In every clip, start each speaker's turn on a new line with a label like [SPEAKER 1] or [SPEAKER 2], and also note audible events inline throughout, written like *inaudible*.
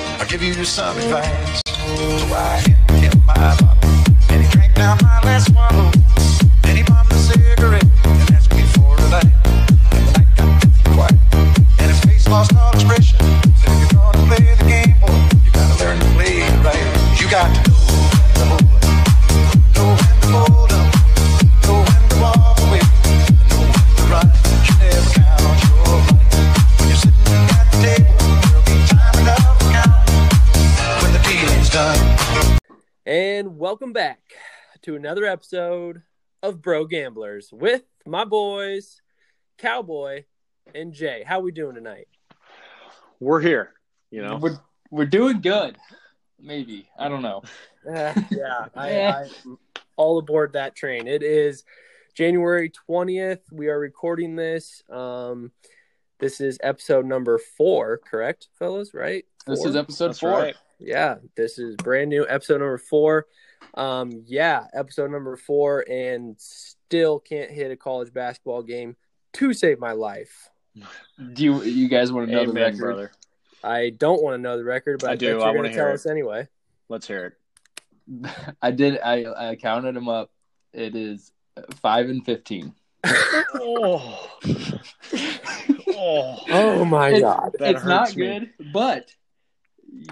[SPEAKER 1] I'll give you some advice. So I hit my bottle and he drank down my last swallow. Then he bombed the cigarette and asked me for a light. And the night got deathly quiet and his face lost all expression. Said if you're gonna play the game, boy, you gotta learn to play it right. You got to know when to hold up, know when to fold up, know when to walk away, and know when to run. You never count on your money when you're sitting at the table. There'll be time enough to count when the dealing's done.
[SPEAKER 2] And welcome back to another episode of Bro Gamblers with my boys, Cowboy and Jay. How we doing tonight?
[SPEAKER 3] We're here, you know.
[SPEAKER 4] We're we're doing good. Maybe. I don't know.
[SPEAKER 2] Uh, *laughs* yeah, I,
[SPEAKER 4] Yeah.
[SPEAKER 2] I'm all aboard that train. It is January 20th. We are recording this. Um, this is episode number four, correct, fellas? Right?
[SPEAKER 4] This
[SPEAKER 2] Four?
[SPEAKER 4] is episode
[SPEAKER 3] That's
[SPEAKER 4] four.
[SPEAKER 3] right.
[SPEAKER 2] yeah this is brand new episode number four um yeah episode number four and still can't hit a college basketball game to save my life
[SPEAKER 4] Do you you guys want to know the
[SPEAKER 3] Amen,
[SPEAKER 4] record?
[SPEAKER 3] brother.
[SPEAKER 2] i don't want to know the record but i,
[SPEAKER 3] I do.
[SPEAKER 2] bet you're
[SPEAKER 3] I
[SPEAKER 2] going
[SPEAKER 3] wanna
[SPEAKER 2] to
[SPEAKER 3] hear
[SPEAKER 2] tell
[SPEAKER 3] it.
[SPEAKER 2] us anyway
[SPEAKER 3] Let's hear it.
[SPEAKER 4] *laughs* I did I I counted them up. It is five and
[SPEAKER 3] *laughs*
[SPEAKER 4] fifteen. *laughs*
[SPEAKER 3] Oh, *laughs* oh.
[SPEAKER 2] oh my *laughs*
[SPEAKER 4] It's-
[SPEAKER 2] god
[SPEAKER 3] That
[SPEAKER 4] it's not
[SPEAKER 3] hurts me.
[SPEAKER 4] good, but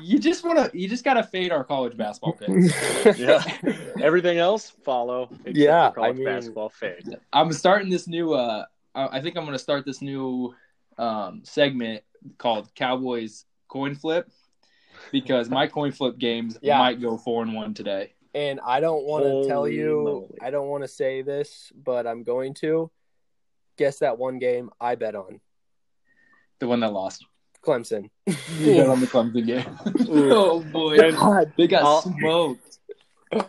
[SPEAKER 4] you just wanna you just gotta fade our college basketball
[SPEAKER 3] *laughs*
[SPEAKER 4] pick.
[SPEAKER 3] Yeah. Everything else follow. except
[SPEAKER 2] Yeah,
[SPEAKER 3] for college
[SPEAKER 2] I mean-
[SPEAKER 3] basketball fade.
[SPEAKER 4] I'm starting this new uh I I think I'm gonna start this new um segment called Cowboys coin flip because my coin flip games
[SPEAKER 2] Yeah.
[SPEAKER 4] might go four and one today.
[SPEAKER 2] *laughs* and i don't want to tell
[SPEAKER 3] Holy
[SPEAKER 2] you
[SPEAKER 3] moly.
[SPEAKER 2] i don't want to say this but i'm going to guess that one game i bet on
[SPEAKER 4] The one that lost.
[SPEAKER 2] clemson
[SPEAKER 4] You bet on the Clemson game. *laughs* oh boy.
[SPEAKER 3] And
[SPEAKER 4] They got
[SPEAKER 3] I'll-
[SPEAKER 4] *laughs* smoked.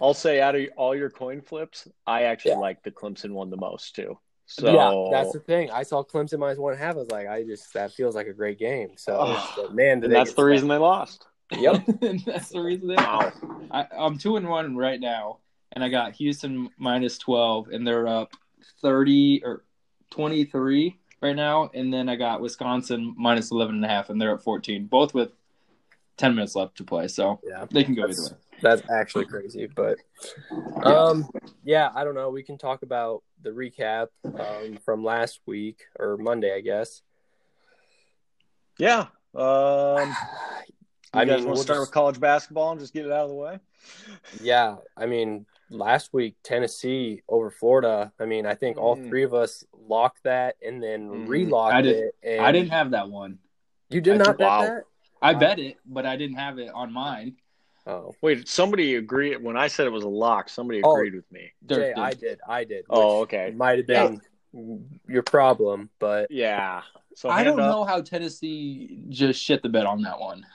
[SPEAKER 3] I'll say out of all your coin flips, I actually
[SPEAKER 2] Yeah.
[SPEAKER 3] like the Clemson one the most too. So
[SPEAKER 2] yeah, that's the thing. I saw Clemson minus one and a half. I was like, I just that feels like a great game. So,
[SPEAKER 3] Oh,
[SPEAKER 2] but man, did
[SPEAKER 3] and
[SPEAKER 2] they
[SPEAKER 3] that's
[SPEAKER 2] get
[SPEAKER 3] the reason they lost.
[SPEAKER 2] stuck.
[SPEAKER 3] *laughs*
[SPEAKER 2] Yep.
[SPEAKER 4] *laughs* And that's the reason they
[SPEAKER 3] Wow.
[SPEAKER 4] I, I'm two and one right now, and I got Houston minus twelve, and they're up thirty or twenty three right now, and then I got Wisconsin minus eleven and a half, and they're up fourteen, both with ten minutes left to play, so
[SPEAKER 2] Yeah,
[SPEAKER 4] they can go
[SPEAKER 2] That's-
[SPEAKER 4] either way.
[SPEAKER 2] that's actually crazy. But, um, yeah, I don't know. We can talk about the recap um, from last week or Monday, I guess.
[SPEAKER 3] Yeah. *sighs* Um,
[SPEAKER 2] I
[SPEAKER 3] I
[SPEAKER 2] mean,
[SPEAKER 3] guys want
[SPEAKER 2] we'll
[SPEAKER 3] to start
[SPEAKER 2] just-
[SPEAKER 3] with college basketball and just get it out of the way.
[SPEAKER 2] Yeah, I mean, last week Tennessee over Florida. I mean, I think all
[SPEAKER 3] Mhm.
[SPEAKER 2] three of us locked that and then
[SPEAKER 3] Mhm.
[SPEAKER 2] relocked
[SPEAKER 4] I didn't-
[SPEAKER 2] it. And
[SPEAKER 4] I didn't have that one.
[SPEAKER 2] You did
[SPEAKER 4] I
[SPEAKER 2] not
[SPEAKER 4] didn't-
[SPEAKER 2] bet
[SPEAKER 3] Wow.
[SPEAKER 2] that.
[SPEAKER 4] I
[SPEAKER 2] Wow.
[SPEAKER 4] bet it, but I didn't have it on mine.
[SPEAKER 2] Oh,
[SPEAKER 3] Wait, somebody agreed when I said it was a lock. Somebody
[SPEAKER 2] Oh.
[SPEAKER 3] agreed with me.
[SPEAKER 2] Jay,
[SPEAKER 4] Dirk
[SPEAKER 2] I
[SPEAKER 4] did.
[SPEAKER 2] did. I did.
[SPEAKER 3] Oh,
[SPEAKER 2] which-
[SPEAKER 3] okay.
[SPEAKER 2] It might have been your problem, but
[SPEAKER 3] Yeah. So
[SPEAKER 4] I
[SPEAKER 3] hand
[SPEAKER 4] don't
[SPEAKER 3] up.
[SPEAKER 4] know how Tennessee just shit the bed on that one.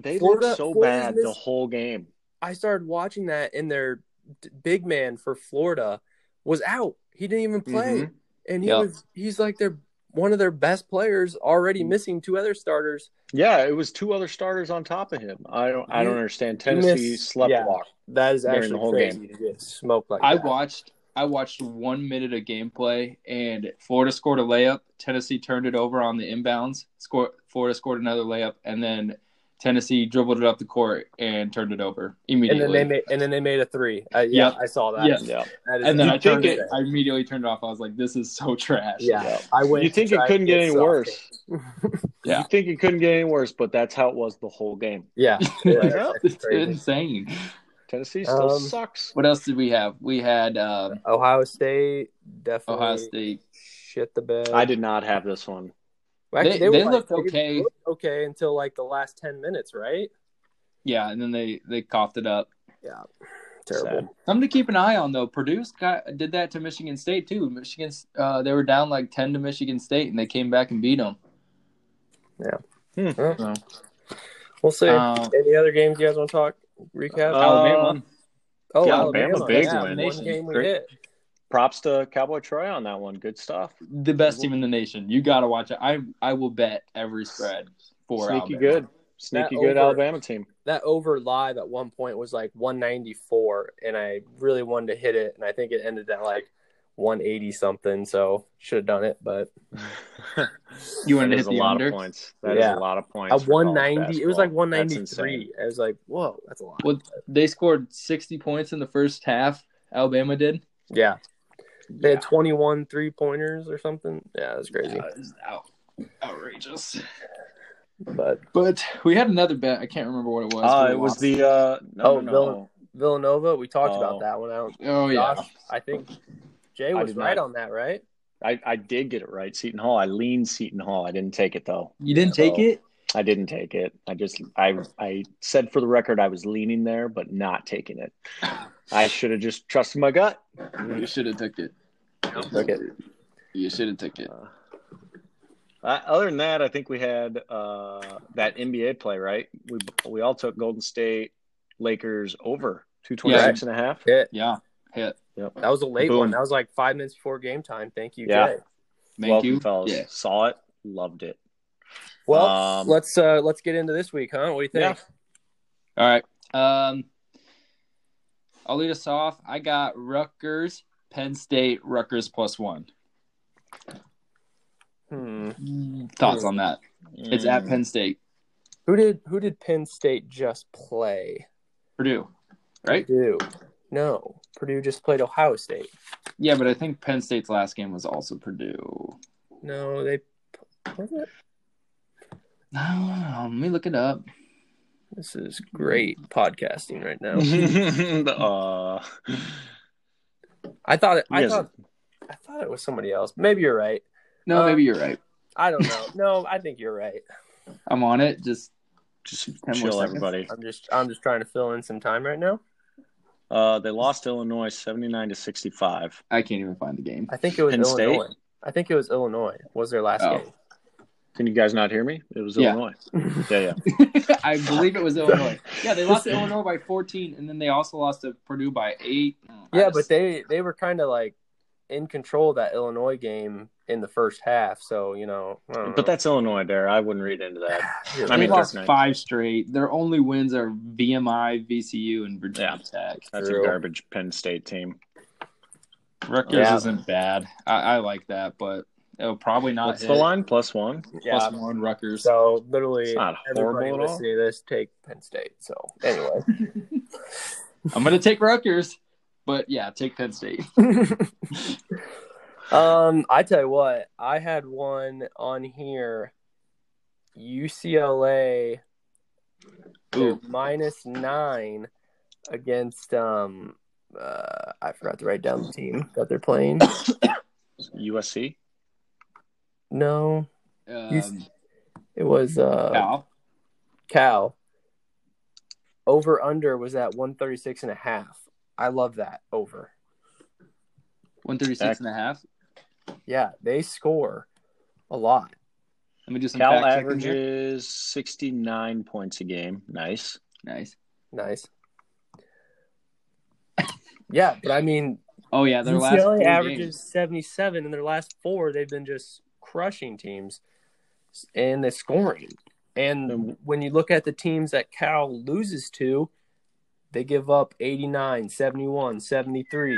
[SPEAKER 3] They
[SPEAKER 2] Florida-
[SPEAKER 3] looked so
[SPEAKER 2] Florida's
[SPEAKER 3] bad the
[SPEAKER 2] miss-
[SPEAKER 3] whole game.
[SPEAKER 2] I started watching that, and their d- big man for Florida was out. He didn't even play,
[SPEAKER 3] Mhm.
[SPEAKER 2] and he
[SPEAKER 4] Yeah.
[SPEAKER 2] was he's like their one of their best players already missing two other starters.
[SPEAKER 3] Yeah, it was two other starters on top of him. I don't. I don't
[SPEAKER 2] You-
[SPEAKER 3] understand. Tennessee
[SPEAKER 2] miss-
[SPEAKER 3] slept
[SPEAKER 2] yeah.
[SPEAKER 3] walk.
[SPEAKER 2] That is
[SPEAKER 3] During
[SPEAKER 2] actually
[SPEAKER 3] the whole
[SPEAKER 2] crazy to get smoked like
[SPEAKER 4] I
[SPEAKER 2] that.
[SPEAKER 4] watched I watched one minute of gameplay and Florida scored a layup. Tennessee turned it over on the inbounds. Score Florida scored another layup and then Tennessee dribbled it up the court and turned it over
[SPEAKER 2] and
[SPEAKER 4] immediately.
[SPEAKER 2] then they made and then they made a three. I, yeah,
[SPEAKER 4] Yeah.
[SPEAKER 2] I saw that.
[SPEAKER 4] Yeah.
[SPEAKER 3] Yeah.
[SPEAKER 2] That is
[SPEAKER 4] And then
[SPEAKER 3] You
[SPEAKER 4] I turned
[SPEAKER 3] think
[SPEAKER 4] it,
[SPEAKER 3] it-
[SPEAKER 4] I immediately turned it off. I was like, this is so trash. *laughs*
[SPEAKER 2] yeah,
[SPEAKER 3] Yeah.
[SPEAKER 2] I went.
[SPEAKER 3] You think
[SPEAKER 2] to
[SPEAKER 3] it
[SPEAKER 2] try
[SPEAKER 3] couldn't
[SPEAKER 2] to
[SPEAKER 3] get any
[SPEAKER 2] soft.
[SPEAKER 3] worse?
[SPEAKER 4] Yeah.
[SPEAKER 3] You think it couldn't get any worse, but that's how it was the whole game.
[SPEAKER 2] Yeah,
[SPEAKER 3] Yeah.
[SPEAKER 2] that's
[SPEAKER 4] It's
[SPEAKER 2] crazy.
[SPEAKER 4] insane.
[SPEAKER 3] Tennessee still
[SPEAKER 2] Um,
[SPEAKER 3] sucks.
[SPEAKER 4] What else did we have? We had um,
[SPEAKER 2] Ohio State definitely
[SPEAKER 4] Ohio State.
[SPEAKER 2] shit the bed.
[SPEAKER 3] I did not have this one.
[SPEAKER 2] Well, actually,
[SPEAKER 4] They-
[SPEAKER 2] were,
[SPEAKER 4] they
[SPEAKER 2] like,
[SPEAKER 4] looked
[SPEAKER 2] they
[SPEAKER 4] okay.
[SPEAKER 2] looked okay until like the last ten minutes, right?
[SPEAKER 4] Yeah, and then they they coughed it up.
[SPEAKER 2] Terrible.
[SPEAKER 3] Sad.
[SPEAKER 4] Something to keep an eye on though. Purdue's got did that to Michigan State too. Michigan, uh, they were down like ten to Michigan State, and they came back and beat them.
[SPEAKER 2] We'll see.
[SPEAKER 4] Uh,
[SPEAKER 2] Any other games you guys want to talk? Recap.
[SPEAKER 3] Um, Uh,
[SPEAKER 4] Alabama,
[SPEAKER 2] oh,
[SPEAKER 3] yeah, Alabama, big
[SPEAKER 2] yeah,
[SPEAKER 3] win.
[SPEAKER 2] One game we
[SPEAKER 4] Great.
[SPEAKER 2] hit.
[SPEAKER 3] Props to Cowboy Troy on that one. Good stuff.
[SPEAKER 4] the best team in the nation. You got to watch it. I I will bet every spread for
[SPEAKER 3] Sneaky
[SPEAKER 4] Alabama.
[SPEAKER 3] good. Sneaky
[SPEAKER 2] That
[SPEAKER 3] good
[SPEAKER 2] over-
[SPEAKER 3] Alabama *laughs* team.
[SPEAKER 2] That over live at one point was like 194, and I really wanted to hit it, and I think it ended at like 180 something, so should have done it, but
[SPEAKER 4] You wanted
[SPEAKER 3] That is
[SPEAKER 4] to hit
[SPEAKER 3] a
[SPEAKER 4] the
[SPEAKER 3] lot
[SPEAKER 4] under?
[SPEAKER 3] of points. That is
[SPEAKER 2] Yeah.
[SPEAKER 3] a lot of points.
[SPEAKER 2] at
[SPEAKER 3] for college
[SPEAKER 2] 190, it was
[SPEAKER 3] basketball.
[SPEAKER 2] like
[SPEAKER 3] That's
[SPEAKER 2] 193.
[SPEAKER 3] insane.
[SPEAKER 2] I was like, whoa, that's a lot.
[SPEAKER 4] Well, they scored 60 points in the first half. Alabama did.
[SPEAKER 2] Yeah, they had 21 three pointers or something. Yeah, it was crazy.
[SPEAKER 4] That is out, outrageous.
[SPEAKER 2] But
[SPEAKER 4] But we had another bet. I can't remember what it was.
[SPEAKER 3] Uh,
[SPEAKER 4] but we
[SPEAKER 3] it was
[SPEAKER 4] lost.
[SPEAKER 3] the uh, no,
[SPEAKER 2] Oh,
[SPEAKER 3] no,
[SPEAKER 2] Bill- Villanova, we talked
[SPEAKER 3] Oh.
[SPEAKER 2] about that one. I don't.
[SPEAKER 4] Oh yeah.
[SPEAKER 2] Josh, I think Jay
[SPEAKER 3] I
[SPEAKER 2] was
[SPEAKER 3] did not-
[SPEAKER 2] right on that, right?
[SPEAKER 3] I, I did get it right. Seton Hall. I leaned Seton Hall. I didn't take it though.
[SPEAKER 4] You didn't take
[SPEAKER 3] So-
[SPEAKER 4] it?
[SPEAKER 3] I didn't take it. I just I I said for the record I was leaning there but not taking *sighs* it. I should have just trusted my gut.
[SPEAKER 4] You should have took it.
[SPEAKER 2] Look at
[SPEAKER 4] You should have took it.
[SPEAKER 3] Uh, uh, other than that, I think we had uh, that NBA play, right? We we all took Golden State Lakers over 226 and a half.
[SPEAKER 2] it.
[SPEAKER 4] Yeah. Hit.
[SPEAKER 2] That was a late
[SPEAKER 3] Boom.
[SPEAKER 2] one. That was like five minutes before game time. Thank you,
[SPEAKER 3] Yeah.
[SPEAKER 2] Jay.
[SPEAKER 4] Thank
[SPEAKER 3] Welcome,
[SPEAKER 4] you.
[SPEAKER 3] fellas.
[SPEAKER 4] Yeah.
[SPEAKER 3] Saw it, loved it.
[SPEAKER 2] Well,
[SPEAKER 3] Um,
[SPEAKER 2] let's uh let's get into this week, huh? What do you think?
[SPEAKER 4] All right. Um, I'll lead us off. I got Rutgers, Penn State, Rutgers plus one.
[SPEAKER 2] Hmm.
[SPEAKER 4] Thoughts on that? It's at
[SPEAKER 3] Mm.
[SPEAKER 4] Penn State,
[SPEAKER 2] Who did who did Penn State just play?
[SPEAKER 4] Purdue, right?
[SPEAKER 2] Purdue. No, Purdue just played Ohio State.
[SPEAKER 4] Yeah, but I think Penn State's last game was also Purdue.
[SPEAKER 2] No, they. was it?
[SPEAKER 4] I don't know. Let me look it up.
[SPEAKER 2] This is great podcasting right
[SPEAKER 3] *laughs*
[SPEAKER 2] now.
[SPEAKER 3] Mm-hmm. The, uh,
[SPEAKER 2] I thought it, I
[SPEAKER 3] Yes.
[SPEAKER 2] thought I thought it was somebody else. Maybe you're right.
[SPEAKER 4] No,
[SPEAKER 2] Uh,
[SPEAKER 4] maybe you're right.
[SPEAKER 2] I don't know. no, I think you're right.
[SPEAKER 4] I'm on it. Just
[SPEAKER 3] just
[SPEAKER 4] more
[SPEAKER 3] chill,
[SPEAKER 4] seconds.
[SPEAKER 3] everybody.
[SPEAKER 2] I'm just I'm just trying to fill in some time right now.
[SPEAKER 3] Uh, they lost to Illinois 79 to 65.
[SPEAKER 4] I can't even find the game. *laughs*
[SPEAKER 2] I think it was
[SPEAKER 3] Penn State?
[SPEAKER 2] Illinois. I think it was Illinois. Was their last
[SPEAKER 4] Oh.
[SPEAKER 2] game?
[SPEAKER 3] Can you guys not hear me? It was
[SPEAKER 4] Yeah.
[SPEAKER 3] Illinois. Yeah, yeah.
[SPEAKER 4] I
[SPEAKER 2] *laughs*
[SPEAKER 4] believe it was Illinois. Yeah, they lost to Illinois by 14, and then they also lost to Purdue by eight. I
[SPEAKER 2] Yeah,
[SPEAKER 4] just-
[SPEAKER 2] but they they were kind of like in control of that Illinois game in the first half. So you know, I don't know.
[SPEAKER 3] But that's Illinois, Dare. I wouldn't read into that.
[SPEAKER 2] You're
[SPEAKER 3] I
[SPEAKER 4] they
[SPEAKER 3] mean,
[SPEAKER 2] right.
[SPEAKER 4] lost
[SPEAKER 3] that's nice.
[SPEAKER 4] five straight. Their only wins are VMI, VCU, and Virginia Tech.
[SPEAKER 3] That's
[SPEAKER 2] True.
[SPEAKER 3] a garbage Penn State team.
[SPEAKER 4] Rutgers
[SPEAKER 2] Yeah.
[SPEAKER 4] isn't bad. I, I like that, but it'll probably not
[SPEAKER 3] What's
[SPEAKER 4] hit.
[SPEAKER 3] the line? Plus one.
[SPEAKER 2] yeah.
[SPEAKER 4] Plus one Rutgers.
[SPEAKER 2] So literally,
[SPEAKER 3] It's not
[SPEAKER 2] everybody
[SPEAKER 3] horrible at all.
[SPEAKER 2] listening to this take Penn State. So anyway,
[SPEAKER 4] I'm gonna take Rutgers, but yeah, take
[SPEAKER 2] *laughs*
[SPEAKER 4] Penn State.
[SPEAKER 2] um, I tell you what, I had one on here. UCLA
[SPEAKER 4] Ooh.
[SPEAKER 2] minus nine against um. Uh, I forgot to write down the team that they're playing.
[SPEAKER 3] USC.
[SPEAKER 2] No,
[SPEAKER 4] Um,
[SPEAKER 2] It was uh
[SPEAKER 4] Cal.
[SPEAKER 2] Cal. Over under was at 136 and a half. I love that over.
[SPEAKER 4] 136 and a half.
[SPEAKER 2] Yeah, they score a lot.
[SPEAKER 4] Let me do some
[SPEAKER 3] Cal
[SPEAKER 4] fact checking here.
[SPEAKER 3] averages sixty nine points a game. Nice.
[SPEAKER 4] Nice.
[SPEAKER 2] Nice. Yeah, but I mean
[SPEAKER 4] Oh yeah, *laughs* their last four
[SPEAKER 2] UCLA averages
[SPEAKER 4] games.
[SPEAKER 2] 77 in their last four they've been just crushing teams in the scoring. And when you look at the teams that Cal loses to, they give up 89, 71, 73.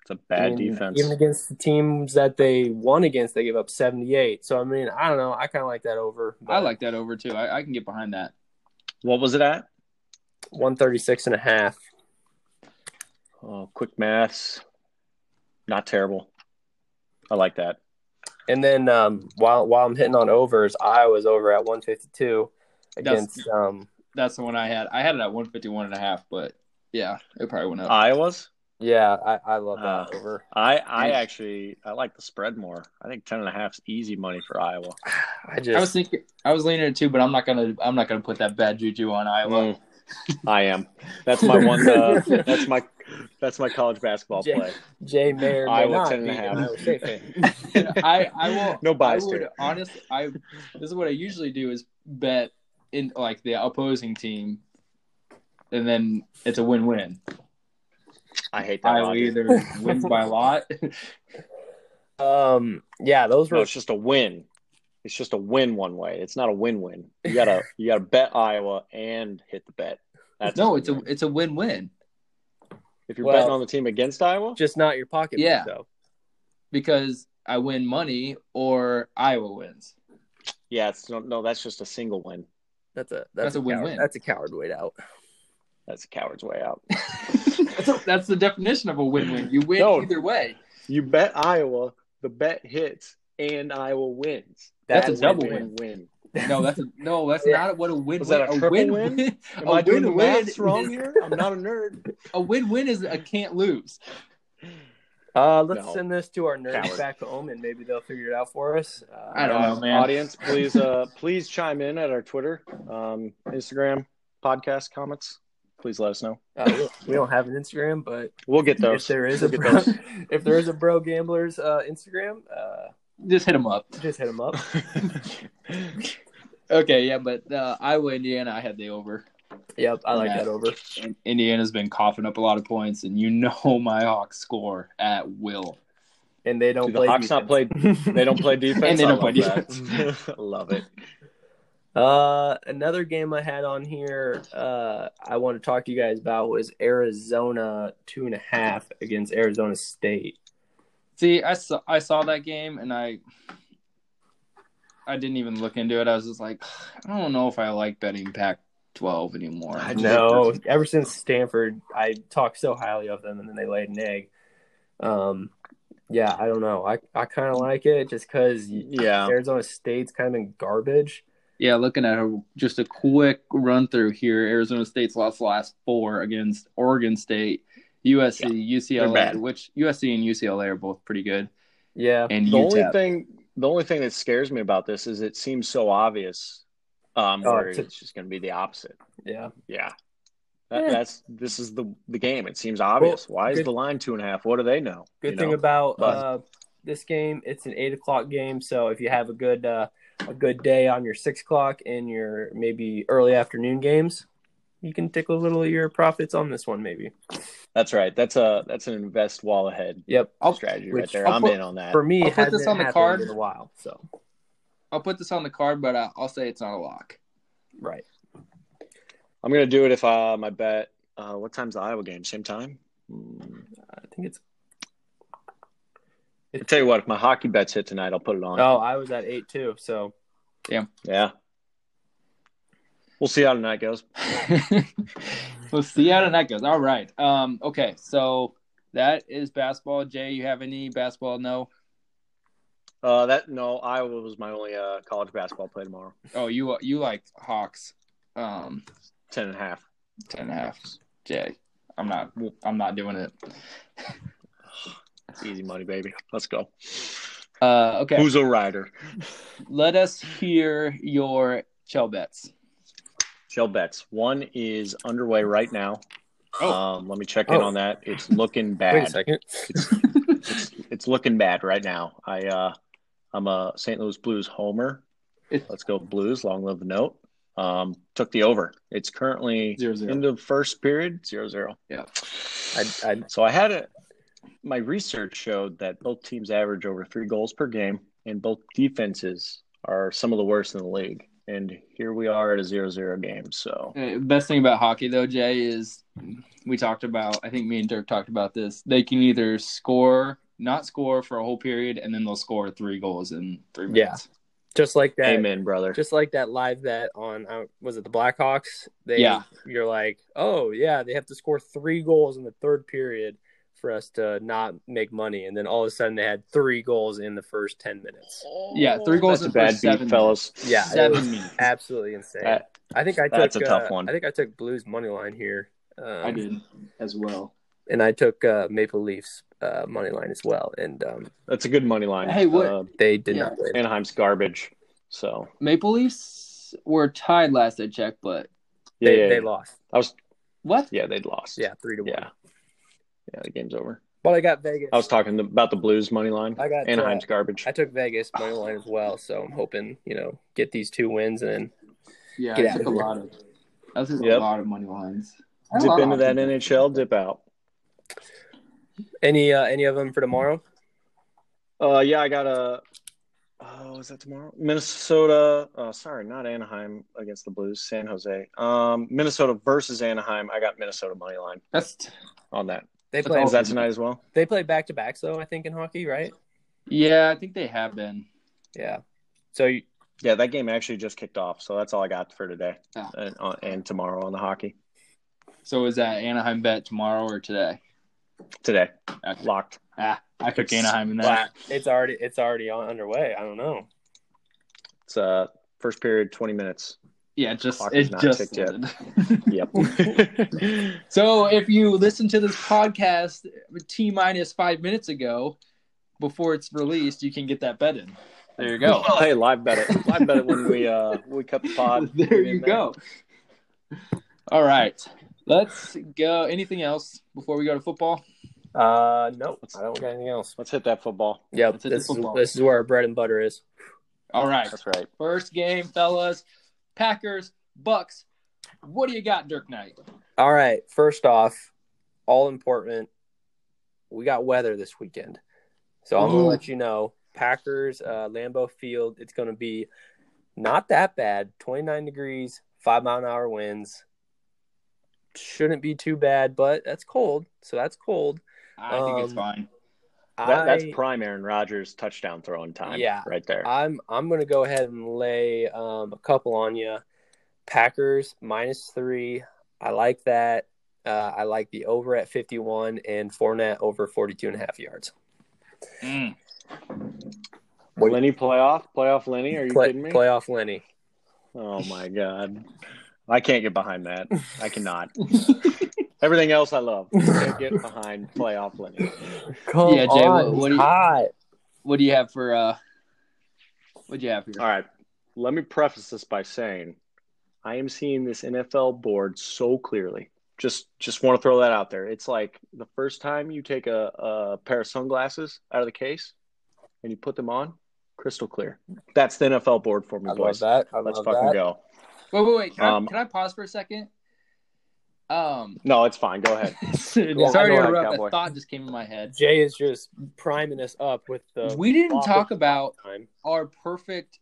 [SPEAKER 3] It's a bad
[SPEAKER 2] I mean,
[SPEAKER 3] defense.
[SPEAKER 2] Even against the teams that they won against, they give up 78. So, I mean, I don't know. I kind of like that over.
[SPEAKER 4] I like that over too. I, I can get behind that.
[SPEAKER 3] what was it at?
[SPEAKER 2] 136 and a half.
[SPEAKER 3] Oh, quick maths. Not terrible. I like that.
[SPEAKER 2] And then um, while while I'm hitting on overs, Iowa's over at 152 against um
[SPEAKER 4] That's the one I had. I had it at 151 and a half, but yeah, it probably went up.
[SPEAKER 3] Iowa's.
[SPEAKER 2] yeah, I, I love that
[SPEAKER 3] Uh,
[SPEAKER 2] over.
[SPEAKER 3] I I
[SPEAKER 4] Yeah.
[SPEAKER 3] actually I like the spread more. I think ten and a half's easy money for Iowa.
[SPEAKER 2] I
[SPEAKER 4] I was
[SPEAKER 2] just
[SPEAKER 4] thinking, I was leaning it too, but I'm not gonna, I'm not gonna put that bad juju on Iowa.
[SPEAKER 3] Mm. I am. That's my one. Uh, that's my. That's my college basketball
[SPEAKER 2] Jay-
[SPEAKER 3] play.
[SPEAKER 2] Jay Mayer may
[SPEAKER 3] Iowa
[SPEAKER 2] not
[SPEAKER 3] 10 and
[SPEAKER 2] be
[SPEAKER 3] a
[SPEAKER 2] an
[SPEAKER 3] half.
[SPEAKER 2] Iowa State
[SPEAKER 3] *laughs*
[SPEAKER 2] fan.
[SPEAKER 4] *laughs* I, I will.
[SPEAKER 3] No bias
[SPEAKER 4] I would
[SPEAKER 3] here.
[SPEAKER 4] honestly, I this is what I usually do is bet in like the opposing team, and then it's a win-win.
[SPEAKER 3] I hate that.
[SPEAKER 4] Iowa
[SPEAKER 3] logic.
[SPEAKER 4] *laughs* either wins by a lot.
[SPEAKER 2] Um, yeah, those
[SPEAKER 3] No,
[SPEAKER 2] were
[SPEAKER 3] it's just a win. It's just a win one way. It's not a win-win. You gotta you gotta bet Iowa and hit the bet. That's
[SPEAKER 4] no, it's a
[SPEAKER 3] win-win.
[SPEAKER 4] it's a win-win.
[SPEAKER 3] if you're
[SPEAKER 2] well-
[SPEAKER 3] betting on the team against Iowa.
[SPEAKER 2] just not your pocket.
[SPEAKER 4] Yeah.
[SPEAKER 2] though.
[SPEAKER 4] because I win money or Iowa
[SPEAKER 3] *laughs*
[SPEAKER 4] wins. *laughs*
[SPEAKER 3] Yeah, it's no, no that's just a single win.
[SPEAKER 2] That's a that's,
[SPEAKER 4] That's
[SPEAKER 2] a,
[SPEAKER 4] a win-win.
[SPEAKER 2] Coward, that's a coward way out.
[SPEAKER 3] That's a coward's way out.
[SPEAKER 4] that's, a- that's the definition of a win-win. You win
[SPEAKER 3] No.
[SPEAKER 4] either way.
[SPEAKER 3] You bet Iowa, the bet hits, and Iowa wins.
[SPEAKER 4] That's a
[SPEAKER 3] That
[SPEAKER 4] double
[SPEAKER 3] would be
[SPEAKER 4] win.
[SPEAKER 3] win.
[SPEAKER 4] No, that's a, no, that's
[SPEAKER 2] Yeah.
[SPEAKER 4] not what a win.
[SPEAKER 3] Was that a triple
[SPEAKER 4] win,
[SPEAKER 3] win? Am
[SPEAKER 4] a
[SPEAKER 3] I doing the
[SPEAKER 4] win-win
[SPEAKER 3] math wrong
[SPEAKER 4] is-
[SPEAKER 3] here? I'm not a nerd.
[SPEAKER 4] *laughs* A win-win is a can't lose.
[SPEAKER 2] Uh, let's
[SPEAKER 3] No.
[SPEAKER 2] send this to our nerds
[SPEAKER 3] Coward.
[SPEAKER 2] back home, and maybe they'll figure it out for us. Uh,
[SPEAKER 4] I don't know, man.
[SPEAKER 3] Audience, please, uh, please chime in at our Twitter, um, Instagram, podcast comments. Please let us know.
[SPEAKER 2] uh, we don't- we don't have an Instagram, but
[SPEAKER 3] We'll get
[SPEAKER 2] if
[SPEAKER 3] those.
[SPEAKER 2] there is a
[SPEAKER 3] Look
[SPEAKER 2] bro, *laughs*
[SPEAKER 3] at those.
[SPEAKER 2] if there is a bro gamblers uh, Instagram, uh,
[SPEAKER 4] Just hit them up.
[SPEAKER 2] just hit them
[SPEAKER 3] *laughs*
[SPEAKER 2] up.
[SPEAKER 4] *laughs* Okay, yeah, but uh, Iowa, Indiana, I had the over.
[SPEAKER 2] Yep, I like
[SPEAKER 4] Yeah.
[SPEAKER 2] that over.
[SPEAKER 4] And Indiana's been coughing up a lot of points, and you know *laughs* my Hawks score at will.
[SPEAKER 2] And they don't
[SPEAKER 3] Dude,
[SPEAKER 2] play.
[SPEAKER 3] the Hawks not
[SPEAKER 2] defense.
[SPEAKER 3] *laughs* They don't play defense.
[SPEAKER 4] And they don't
[SPEAKER 3] I love
[SPEAKER 4] play
[SPEAKER 3] that. love *laughs* it.
[SPEAKER 2] *laughs* Uh, another game I had on here, uh, I want to talk to you guys about was Arizona two and a half against Arizona State.
[SPEAKER 4] See, I saw I saw that game, and I I didn't even look into it. I was just like, *sighs* I don't know if I like betting Pac-12 anymore.
[SPEAKER 3] I just-
[SPEAKER 2] No, ever since Stanford, I talked so highly of them, and then they laid an egg. Um, yeah, I don't know. I I kind of like it just because
[SPEAKER 3] Yeah.
[SPEAKER 2] Arizona State's kind of been garbage.
[SPEAKER 4] Yeah, looking at a, just a quick run through here. Arizona State's lost the last four against Oregon State, USC,
[SPEAKER 3] bad.
[SPEAKER 4] UCLA, which USC and UCLA are both pretty good,
[SPEAKER 2] Yeah,
[SPEAKER 4] and
[SPEAKER 3] The only
[SPEAKER 4] UTEP.
[SPEAKER 3] thing, the only thing that scares me about this is it seems so obvious. Um,
[SPEAKER 2] Oh,
[SPEAKER 3] where
[SPEAKER 2] it's a-
[SPEAKER 3] it's just going to be the opposite.
[SPEAKER 2] yeah.
[SPEAKER 3] Yeah. That,
[SPEAKER 2] Yeah.
[SPEAKER 3] That's this is the the game. It seems obvious. Why is
[SPEAKER 2] good-
[SPEAKER 3] the line two and a half? What do they know?
[SPEAKER 2] Good
[SPEAKER 3] You
[SPEAKER 2] thing
[SPEAKER 3] know?
[SPEAKER 2] about
[SPEAKER 3] but-
[SPEAKER 2] uh, this game, it's an eight o'clock game, so if you have a good uh, a good day on your six o'clock and your maybe early afternoon games, you can tickle a little of your profits on this one, maybe.
[SPEAKER 3] that's right. That's a that's an invest wall ahead
[SPEAKER 2] Yep.
[SPEAKER 4] I'll-
[SPEAKER 3] strategy
[SPEAKER 2] Oh, which-
[SPEAKER 3] right there.
[SPEAKER 4] I'll
[SPEAKER 3] I'm
[SPEAKER 4] put-
[SPEAKER 3] in on that.
[SPEAKER 2] For me,
[SPEAKER 4] I'll
[SPEAKER 2] it
[SPEAKER 4] put
[SPEAKER 2] has
[SPEAKER 4] this
[SPEAKER 2] this
[SPEAKER 4] on the card.
[SPEAKER 2] in a while. So
[SPEAKER 4] I'll put this on the card, but I, I'll say it's not a lock.
[SPEAKER 2] right,
[SPEAKER 3] I'm gonna do it if uh, my bet. Uh, what time's the Iowa game? Same time. Mm.
[SPEAKER 2] I think it's.
[SPEAKER 3] I tell you what, if my hockey bets hit tonight, I'll put it on.
[SPEAKER 2] Oh, I was at eight too. So
[SPEAKER 3] Yeah. We'll see how tonight goes.
[SPEAKER 4] we'll see how that goes. All right. Um, okay, so that is basketball. Jay, you have any basketball? No.
[SPEAKER 3] Uh, that no, Iowa was my only uh, college basketball play tomorrow.
[SPEAKER 4] Oh, you you like Hawks? Um,
[SPEAKER 3] Ten and a half.
[SPEAKER 4] ten and a half. Jay, I'm not. I'm not doing it.
[SPEAKER 3] It's easy money, baby. Let's go.
[SPEAKER 4] Uh, okay.
[SPEAKER 3] Who's a rider?
[SPEAKER 4] Let us hear your chell bets.
[SPEAKER 3] Shell bets. One is underway right now.
[SPEAKER 4] Oh.
[SPEAKER 3] Um, let me check in
[SPEAKER 2] Oh.
[SPEAKER 3] on that. It's looking
[SPEAKER 2] wait a
[SPEAKER 3] bad.
[SPEAKER 2] second.
[SPEAKER 3] It's, it's looking bad right now. I uh, I'm a St. Louis Blues homer.
[SPEAKER 4] It's-
[SPEAKER 3] Let's go Blues. Long live the note. Um, took the over. It's currently
[SPEAKER 4] Zero zero.
[SPEAKER 3] end of first period zero zero.
[SPEAKER 4] Yeah.
[SPEAKER 2] I, I
[SPEAKER 3] So I had a my research showed that both teams average over three goals per game, and both defenses are some of the worst in the league. And here we are at a zero zero game. So
[SPEAKER 4] Uh, Best thing about hockey though, Jay, is we talked about. I think me and Dirk talked about this. They can either score, not score for a whole period, and then they'll score three goals in three
[SPEAKER 2] Yeah.
[SPEAKER 4] minutes.
[SPEAKER 2] just like that.
[SPEAKER 3] amen, brother.
[SPEAKER 2] Just like that live bet on uh, was it the Blackhawks? They,
[SPEAKER 4] Yeah.
[SPEAKER 2] You're like, oh yeah, they have to score three goals in the third period for us to not make money, and then all of a sudden they had three goals in the first ten minutes.
[SPEAKER 4] Yeah, three goals
[SPEAKER 3] That's a
[SPEAKER 4] in
[SPEAKER 3] bad
[SPEAKER 4] first
[SPEAKER 3] beat,
[SPEAKER 4] seven
[SPEAKER 3] fellas.
[SPEAKER 2] Yeah, it
[SPEAKER 4] Seven
[SPEAKER 2] was
[SPEAKER 4] *laughs* minutes.
[SPEAKER 2] absolutely insane.
[SPEAKER 3] That-
[SPEAKER 2] I think I took
[SPEAKER 3] that's a tough
[SPEAKER 2] uh,
[SPEAKER 3] one.
[SPEAKER 2] I think I took Blues money line here. Um,
[SPEAKER 4] I did as well.
[SPEAKER 2] and I took uh, Maple Leafs uh, money line as well, and um,
[SPEAKER 3] That's a good money line.
[SPEAKER 4] Hey, what-
[SPEAKER 3] Uh,
[SPEAKER 2] they did
[SPEAKER 4] Yeah.
[SPEAKER 2] not win.
[SPEAKER 3] Anaheim's garbage. So
[SPEAKER 4] Maple Leafs were tied last I checked, but
[SPEAKER 3] yeah,
[SPEAKER 2] they,
[SPEAKER 3] yeah,
[SPEAKER 2] they
[SPEAKER 3] yeah.
[SPEAKER 2] lost.
[SPEAKER 3] I was
[SPEAKER 4] what?
[SPEAKER 3] yeah, they'd lost.
[SPEAKER 2] Yeah, three to one.
[SPEAKER 3] yeah, yeah. The game's over.
[SPEAKER 2] But I got Vegas.
[SPEAKER 3] I was talking about the Blues money line.
[SPEAKER 2] I got, uh,
[SPEAKER 3] Anaheim's garbage.
[SPEAKER 2] I took Vegas money line as well, so I'm hoping you know get these two wins and then
[SPEAKER 4] Yeah,
[SPEAKER 2] Get
[SPEAKER 4] I
[SPEAKER 2] out
[SPEAKER 4] took
[SPEAKER 2] of
[SPEAKER 4] a
[SPEAKER 2] here.
[SPEAKER 4] lot of. I took
[SPEAKER 3] Yep.
[SPEAKER 4] a lot of money lines. I had a
[SPEAKER 3] dip
[SPEAKER 4] lot of
[SPEAKER 3] into that
[SPEAKER 4] options.
[SPEAKER 3] NHL. Dip out.
[SPEAKER 2] any uh, any of them for tomorrow.
[SPEAKER 3] Uh, yeah, I got a. Oh, is that tomorrow? Minnesota. Uh, sorry, not Anaheim against the Blues. San Jose. Um, Minnesota versus Anaheim. I got Minnesota money line
[SPEAKER 4] That's
[SPEAKER 3] on that. Oh,
[SPEAKER 2] They
[SPEAKER 4] That's
[SPEAKER 2] play
[SPEAKER 4] all-
[SPEAKER 3] Is that tonight as well?
[SPEAKER 2] they play back to back, though I think in hockey, right?
[SPEAKER 4] Yeah, I think they have been.
[SPEAKER 2] Yeah. So you-
[SPEAKER 3] Yeah, that game actually just kicked off, so that's all I got for today
[SPEAKER 2] Oh.
[SPEAKER 4] Ah.
[SPEAKER 3] and, uh, and tomorrow on the hockey.
[SPEAKER 4] So is that Anaheim bet tomorrow or today?
[SPEAKER 3] Today,
[SPEAKER 4] Okay.
[SPEAKER 3] locked.
[SPEAKER 4] Ah, I took Anaheim in that.
[SPEAKER 2] Black. it's already it's already on, underway. I don't know.
[SPEAKER 3] It's uh, first period, twenty minutes.
[SPEAKER 4] Yeah, it just
[SPEAKER 3] Clock is
[SPEAKER 4] it
[SPEAKER 3] not
[SPEAKER 4] just
[SPEAKER 3] ticked yet.
[SPEAKER 4] ended. *laughs*
[SPEAKER 3] Yep.
[SPEAKER 4] so if you listen to this podcast t minus five minutes ago, before it's released, you can get that bet in. There you go.
[SPEAKER 3] *laughs* hey, live bet it. Live bet it when we uh we cut the pod. Put
[SPEAKER 4] *laughs* there
[SPEAKER 3] it in
[SPEAKER 4] you go. All right, let's go. Anything else before we go to football?
[SPEAKER 2] Uh no, I don't got anything else.
[SPEAKER 3] Let's hit that football.
[SPEAKER 2] Yeah,
[SPEAKER 4] Let's hit
[SPEAKER 2] this
[SPEAKER 4] the
[SPEAKER 2] is
[SPEAKER 4] football.
[SPEAKER 2] this is where our bread and butter is.
[SPEAKER 4] All right,
[SPEAKER 3] That's right.
[SPEAKER 4] first game, fellas. Packers, Bucks. What do you got, Dirk Knight?
[SPEAKER 2] All right. First off, all important. We got weather this weekend, so I'm gonna
[SPEAKER 4] Ooh.
[SPEAKER 2] let you know. Packers, uh, Lambeau Field. It's gonna be not that bad. 29 degrees, five mile an hour winds. Shouldn't be too bad, but that's cold. So that's cold.
[SPEAKER 4] I think it's
[SPEAKER 2] Um,
[SPEAKER 4] fine.
[SPEAKER 3] That, that's
[SPEAKER 2] I-
[SPEAKER 3] prime Aaron Rodgers touchdown throwing time.
[SPEAKER 2] Yeah.
[SPEAKER 3] right there.
[SPEAKER 2] I'm I'm gonna go ahead and lay um, a couple on you. Packers minus three. I like that. Uh, I like the over at 51 and Fournette over 42 and a half yards.
[SPEAKER 4] Mm.
[SPEAKER 2] Wait.
[SPEAKER 3] Lenny playoff, playoff Lenny. Are you
[SPEAKER 2] Play,
[SPEAKER 3] kidding me?
[SPEAKER 2] playoff Lenny.
[SPEAKER 3] Oh my god, I can't get behind that. I cannot. Everything else I love. Can't get behind playoff Lenny.
[SPEAKER 2] Come
[SPEAKER 4] Yeah, Jay,
[SPEAKER 2] on,
[SPEAKER 4] what- what
[SPEAKER 2] he's
[SPEAKER 4] do you-
[SPEAKER 2] hot.
[SPEAKER 4] What do you have for uh? What do you have here?
[SPEAKER 3] All right. Let me preface this by saying I am seeing this NFL board so clearly. Just just want to throw that out there. It's like the first time you take a, a pair of sunglasses out of the case and you put them on, crystal clear. That's the NFL board for me,
[SPEAKER 2] I love
[SPEAKER 3] boys.
[SPEAKER 2] that. I
[SPEAKER 3] Let's
[SPEAKER 2] love
[SPEAKER 3] fucking
[SPEAKER 2] that.
[SPEAKER 3] go.
[SPEAKER 4] Wait, wait, wait. Can,
[SPEAKER 3] Um,
[SPEAKER 4] I, can I pause for a second? Um,
[SPEAKER 3] No, it's fine. Go ahead.
[SPEAKER 4] *laughs* sorry
[SPEAKER 2] go
[SPEAKER 4] to
[SPEAKER 3] ahead,
[SPEAKER 4] interrupt.
[SPEAKER 3] cowboy.
[SPEAKER 4] A thought just came in my head.
[SPEAKER 2] Jay is just priming us up with the
[SPEAKER 4] We didn't
[SPEAKER 2] lock
[SPEAKER 4] talk
[SPEAKER 2] of-
[SPEAKER 4] about
[SPEAKER 2] time.
[SPEAKER 4] our perfect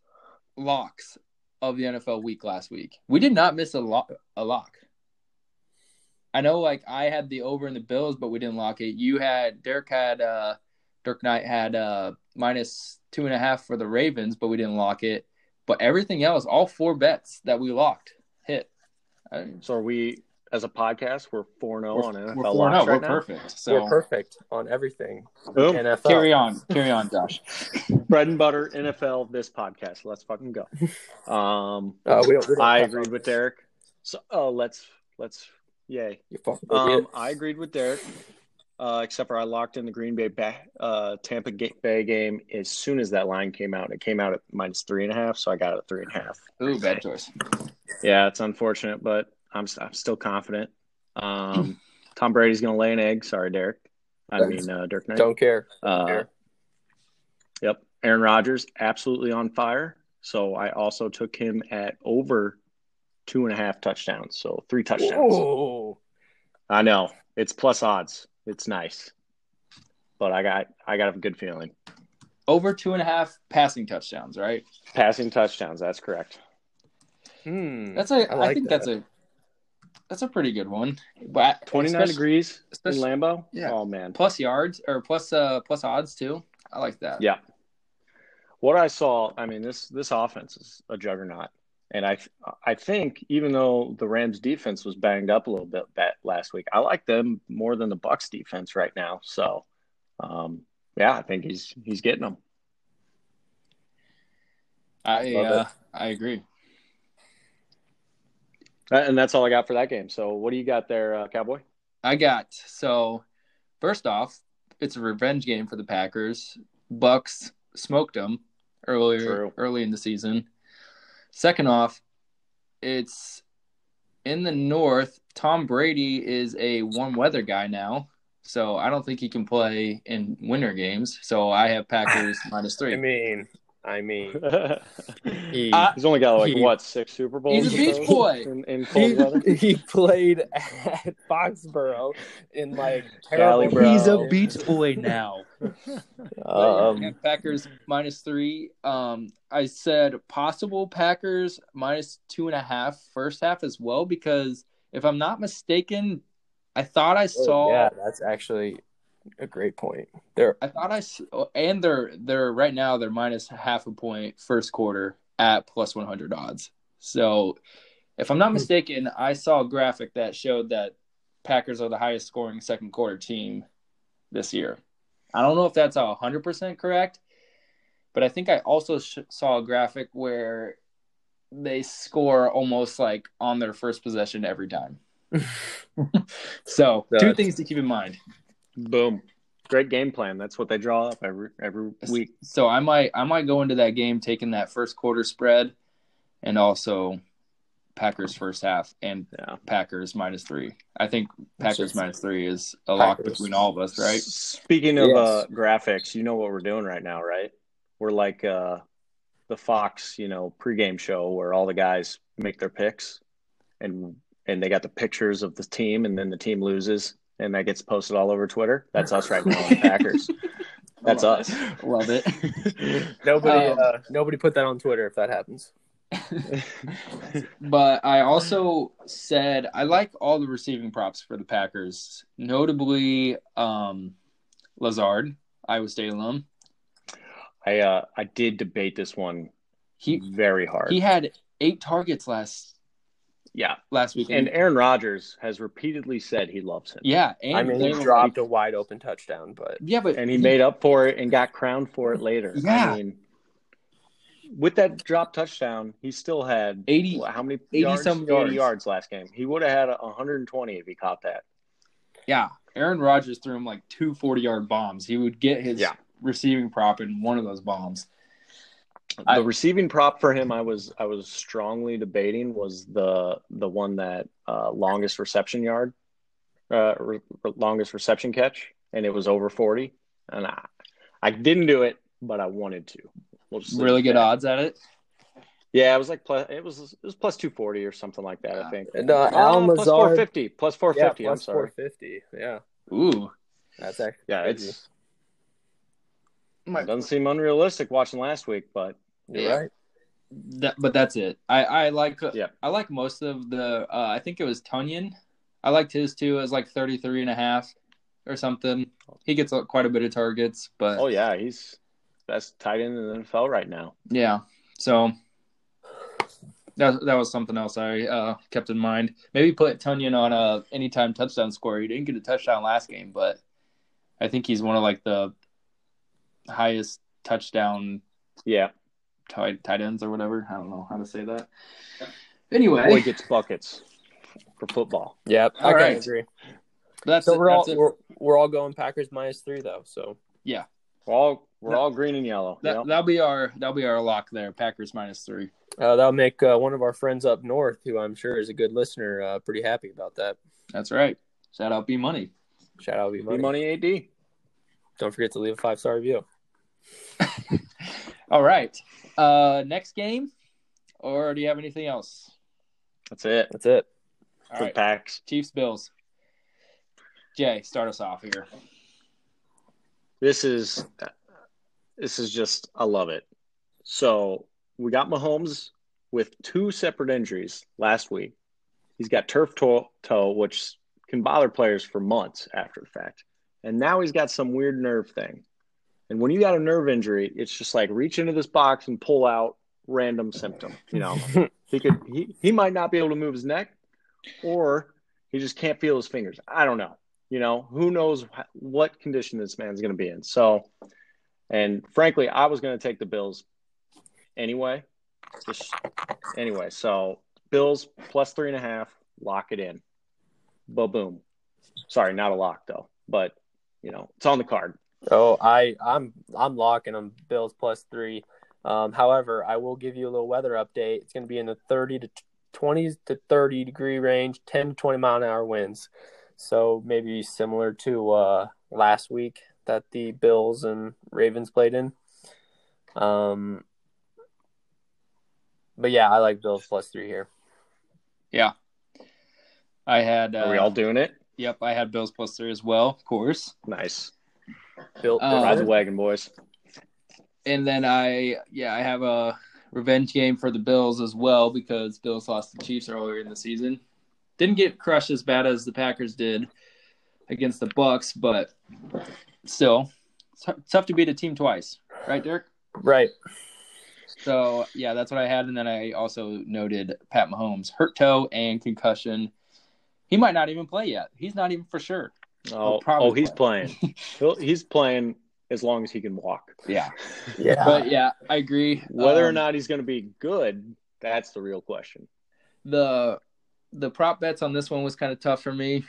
[SPEAKER 4] locks of the NFL week last week. We did not miss a lock. A lock. I know, like I had the over in the Bills, but we didn't lock it. You had Dirk had uh Dirk Knight had uh minus two and a half for the Ravens, but we didn't lock it. But everything else, all four bets that we locked hit. I,
[SPEAKER 3] So are we as a podcast, we're 4 0
[SPEAKER 4] we're
[SPEAKER 3] on NFL
[SPEAKER 4] we're
[SPEAKER 3] locks
[SPEAKER 4] four and oh.
[SPEAKER 3] right now?
[SPEAKER 4] We're perfect. So
[SPEAKER 2] We're perfect on everything.
[SPEAKER 3] Boom.
[SPEAKER 2] NFL.
[SPEAKER 4] carry on, carry
[SPEAKER 3] *laughs*
[SPEAKER 4] on, Josh.
[SPEAKER 3] Bread and butter NFL this podcast. Let's fucking
[SPEAKER 4] *laughs*
[SPEAKER 3] go. Um
[SPEAKER 2] Uh, we don't, we don't
[SPEAKER 3] I
[SPEAKER 2] have-
[SPEAKER 3] agreed with Derek. So oh, let's let's yay.
[SPEAKER 2] You fucking idiot.
[SPEAKER 3] Um, I agreed with Derek, uh, except for I locked in the Green Bay ba- uh, Tampa Ga- Bay game as soon as that line came out. It came out at minus three and a half, so I got it at three and a half.
[SPEAKER 4] Ooh, bad choice.
[SPEAKER 3] Yeah, it's unfortunate, but I'm s- I'm still confident. Um, Tom Brady's gonna lay an egg. Sorry, Derek. I mean uh, Dirk Knight.
[SPEAKER 2] don't care.
[SPEAKER 3] Uh,
[SPEAKER 2] care.
[SPEAKER 3] yep, Aaron Rodgers absolutely on fire. So I also took him at over two and a half touchdowns. So three touchdowns.
[SPEAKER 2] Whoa.
[SPEAKER 3] I know it's plus odds. It's nice, but I got I got a good feeling.
[SPEAKER 4] Over two and a half passing touchdowns, right?
[SPEAKER 3] Passing touchdowns. That's correct. Mm,
[SPEAKER 2] Hmm.
[SPEAKER 4] That's a.
[SPEAKER 2] I
[SPEAKER 4] I
[SPEAKER 2] like
[SPEAKER 4] think
[SPEAKER 2] that.
[SPEAKER 4] that's a. That's a pretty good one. But
[SPEAKER 3] Twenty nine
[SPEAKER 4] especially-
[SPEAKER 3] degrees in
[SPEAKER 4] especially-
[SPEAKER 3] Lambo.
[SPEAKER 4] yeah.
[SPEAKER 3] Oh man.
[SPEAKER 4] plus yards or plus uh plus odds too. I like that.
[SPEAKER 3] Yeah. What I saw. I mean this this offense is a juggernaut, and I I think even though the Rams defense was banged up a little bit that last week, I like them more than the Bucks defense right now. So, um, yeah, I think he's he's getting them.
[SPEAKER 4] I
[SPEAKER 3] Love
[SPEAKER 4] uh, I agree.
[SPEAKER 3] And that's all I got for that game. So, what do you got there, uh,
[SPEAKER 4] *laughs*
[SPEAKER 3] Cowboy?
[SPEAKER 4] I got so first off, it's a revenge game for the Packers. Bucks smoked them earlier
[SPEAKER 3] True.
[SPEAKER 4] early in the season. Second off, it's in the north. Tom Brady is a warm weather guy now, so I don't think he can play in winter games. So I have Packers minus three.
[SPEAKER 2] I mean, I mean, he,
[SPEAKER 4] Uh,
[SPEAKER 3] *laughs* He's only got like
[SPEAKER 2] He-
[SPEAKER 3] what six Super Bowls.
[SPEAKER 4] He's a
[SPEAKER 3] or
[SPEAKER 4] beach
[SPEAKER 3] so
[SPEAKER 2] *laughs*
[SPEAKER 4] boy.
[SPEAKER 3] in, in cold weather.
[SPEAKER 2] he, he played at Foxborough in like
[SPEAKER 3] Cali,
[SPEAKER 2] terrible.
[SPEAKER 3] bro. He's a
[SPEAKER 4] boy now.
[SPEAKER 2] Um,
[SPEAKER 4] Packers minus three. Um, I said possible Packers minus two and a half first half as well because if I'm not mistaken, I thought I saw
[SPEAKER 2] yeah, that's actually a great point. There,
[SPEAKER 4] I thought I s- oh, and they're they're right now they're minus half a point first quarter at plus one hundred odds. So, if I'm not mistaken, I saw a graphic that showed that Packers are the highest scoring second quarter team this year. I don't know if that's a hundred percent correct, but I think I also sh- saw a graphic where they score almost like on their first possession every time. so, two
[SPEAKER 3] That's-
[SPEAKER 4] things to keep in mind.
[SPEAKER 3] Boom. Great game plan. That's what they draw up every every week.
[SPEAKER 4] So I might I might go into that game taking that first quarter spread and also Packers first half and
[SPEAKER 3] Yeah.
[SPEAKER 4] Packers minus three. I think
[SPEAKER 2] That's
[SPEAKER 4] Packers
[SPEAKER 2] just-
[SPEAKER 4] minus three is a lock
[SPEAKER 2] Packers.
[SPEAKER 4] between all of us, right?
[SPEAKER 3] S- Speaking of
[SPEAKER 2] Yes.
[SPEAKER 3] uh, graphics, you know what we're doing right now, right? We're like uh, the Fox, you know, pregame show where all the guys make their picks, and and they got the pictures of the team, and then the team loses, and that gets posted all over Twitter. That's us right now, on the Packers. That's
[SPEAKER 4] Love
[SPEAKER 3] us.
[SPEAKER 4] it. Love it.
[SPEAKER 2] nobody,
[SPEAKER 4] Um,
[SPEAKER 2] uh, nobody put that on Twitter. If that happens,
[SPEAKER 4] but I also said I like all the receiving props for the Packers, notably um, Lazard, Iowa State alum.
[SPEAKER 3] *laughs* I uh, I did debate this one
[SPEAKER 4] He
[SPEAKER 3] very hard.
[SPEAKER 4] he had eight targets last
[SPEAKER 3] yeah,
[SPEAKER 4] last
[SPEAKER 3] and
[SPEAKER 4] weekend.
[SPEAKER 3] Aaron Rodgers has repeatedely said he loves him.
[SPEAKER 4] yeah, and
[SPEAKER 2] I mean,
[SPEAKER 4] they
[SPEAKER 2] he
[SPEAKER 4] were-
[SPEAKER 2] dropped a wide open touchdown, but
[SPEAKER 4] Yeah, but
[SPEAKER 3] and he made up for it and got crowned for it later.
[SPEAKER 4] Yeah.
[SPEAKER 3] I mean, with that drop touchdown, he still had
[SPEAKER 4] 80
[SPEAKER 3] what, how many
[SPEAKER 4] 80
[SPEAKER 3] yards?
[SPEAKER 4] some
[SPEAKER 3] 80
[SPEAKER 4] yards.
[SPEAKER 3] yards last game. He would have had 120 if he caught that.
[SPEAKER 4] Yeah, Aaron Rodgers threw him like two 40 yard bombs. He would get his
[SPEAKER 3] Yeah.
[SPEAKER 4] receiving prop in one of those bombs. I-
[SPEAKER 3] the receiving prop for him, I was I was strongly debating was the the one that uh, longest reception yard, uh, re- longest reception catch, and it was over 40, and I I didn't do it, but I wanted to. We'll just leave
[SPEAKER 4] Really
[SPEAKER 3] it
[SPEAKER 4] good
[SPEAKER 3] there.
[SPEAKER 4] odds at it.
[SPEAKER 3] Yeah, it was like plus. It was it was plus two forty or something like that. I think.
[SPEAKER 2] and, uh,
[SPEAKER 3] Uh,
[SPEAKER 2] Alan
[SPEAKER 3] plus four
[SPEAKER 2] Lazard,
[SPEAKER 3] fifty. Plus four
[SPEAKER 2] yeah,
[SPEAKER 3] fifty. I'm
[SPEAKER 2] plus
[SPEAKER 3] sorry.
[SPEAKER 2] 450. Yeah,
[SPEAKER 4] Ooh.
[SPEAKER 2] that's actually
[SPEAKER 3] Yeah,
[SPEAKER 2] crazy.
[SPEAKER 3] it's it doesn't seem unrealistic watching last week, but
[SPEAKER 2] You're
[SPEAKER 4] yeah.
[SPEAKER 2] right.
[SPEAKER 4] That, but that's it. I, I like uh,
[SPEAKER 3] Yeah.
[SPEAKER 4] I like most of the uh, I think it was Tunyon. I liked his too. It was like 33 and a half or something. He gets uh, quite a bit of targets, but
[SPEAKER 3] oh yeah, he's best tight end in the NFL right now.
[SPEAKER 4] Yeah. So that that was something else I uh, kept in mind. Maybe put Tunyon on a anytime touchdown score. He didn't get a touchdown last game, but I think he's one of like the highest touchdown
[SPEAKER 3] Yeah,
[SPEAKER 4] tight tight ends or whatever. I don't know how to say that. Anyway,
[SPEAKER 3] boy gets buckets for football.
[SPEAKER 2] Yep, I
[SPEAKER 4] All
[SPEAKER 2] can
[SPEAKER 4] right.
[SPEAKER 2] agree.
[SPEAKER 4] that's
[SPEAKER 2] So
[SPEAKER 4] it,
[SPEAKER 2] we're all
[SPEAKER 4] that's it.
[SPEAKER 2] we're, we're all going Packers minus three though. So
[SPEAKER 3] We're all we're all green and yellow.
[SPEAKER 4] That,
[SPEAKER 3] Yep.
[SPEAKER 4] That'll be our that'll be our lock there. Packers minus three.
[SPEAKER 2] uh, that'll make uh, one of our friends up north, who I'm sure is a good listener, uh, pretty happy about that.
[SPEAKER 4] That's right. Shout out B Money.
[SPEAKER 2] Shout out, be
[SPEAKER 3] Be
[SPEAKER 2] money.
[SPEAKER 3] money ad.
[SPEAKER 2] Don't forget to leave a five star review.
[SPEAKER 4] All right. Uh, next game, or do you have anything else?
[SPEAKER 3] That's it
[SPEAKER 2] That's it.
[SPEAKER 4] All
[SPEAKER 3] for
[SPEAKER 4] right.
[SPEAKER 3] packs.
[SPEAKER 4] Chiefs Bills. Jay, start us off here.
[SPEAKER 3] This is this is just I love it. So we got Mahomes with two separate injuries last week. He's got turf toe, toe, which can bother players for months after the fact. And now he's got some weird nerve thing. And when you got a nerve injury, it's just like reach into this box and pull out random symptom. You know,
[SPEAKER 2] *laughs*
[SPEAKER 3] he could he, he might not be able to move his neck, or he just can't feel his fingers. I don't know. You know, who knows wh- what condition this man's going to be in. So, and frankly, I was going to take the Bills anyway. Just anyway, so Bills plus three and a half, lock it in. Ba boom. Sorry, not a lock though, but you know it's on the card.
[SPEAKER 2] Oh, I I'm I'm locking them Bills plus three. Um, however, I will give you a little weather update. It's going to be in the thirty to twenty to thirty degree range, ten to twenty mile an hour winds. So maybe similar to uh, last week that the Bills and Ravens played in. Um, but yeah, I like Bills plus three here.
[SPEAKER 4] I had uh,
[SPEAKER 3] Are we all doing it?
[SPEAKER 4] yep, I had Bills plus three as well, of course.
[SPEAKER 3] Nice.
[SPEAKER 2] Bill,
[SPEAKER 4] Uh,
[SPEAKER 3] Ride the wagon, boys.
[SPEAKER 4] And then I yeah, I have a revenge game for the Bills as well because Bills lost to the Chiefs earlier in the season. Didn't get crushed as bad as the Packers did, against the Bucks, but still, it's tou- tough to beat a team twice, right, Dirk?
[SPEAKER 2] Right.
[SPEAKER 4] So yeah, that's what I had, and then I also noted Pat Mahomes hurt toe and concussion. He might not even play yet. He's not even for sure.
[SPEAKER 3] Oh,
[SPEAKER 4] probably
[SPEAKER 3] oh he's playing.
[SPEAKER 4] *laughs*
[SPEAKER 3] He'll, he's playing as long as he can walk.
[SPEAKER 4] Yeah,
[SPEAKER 2] Yeah.
[SPEAKER 4] but yeah, I agree.
[SPEAKER 3] Whether or
[SPEAKER 4] Um,
[SPEAKER 3] not he's going to be good, that's the real question.
[SPEAKER 4] the the prop bets on this one was kind of tough for me.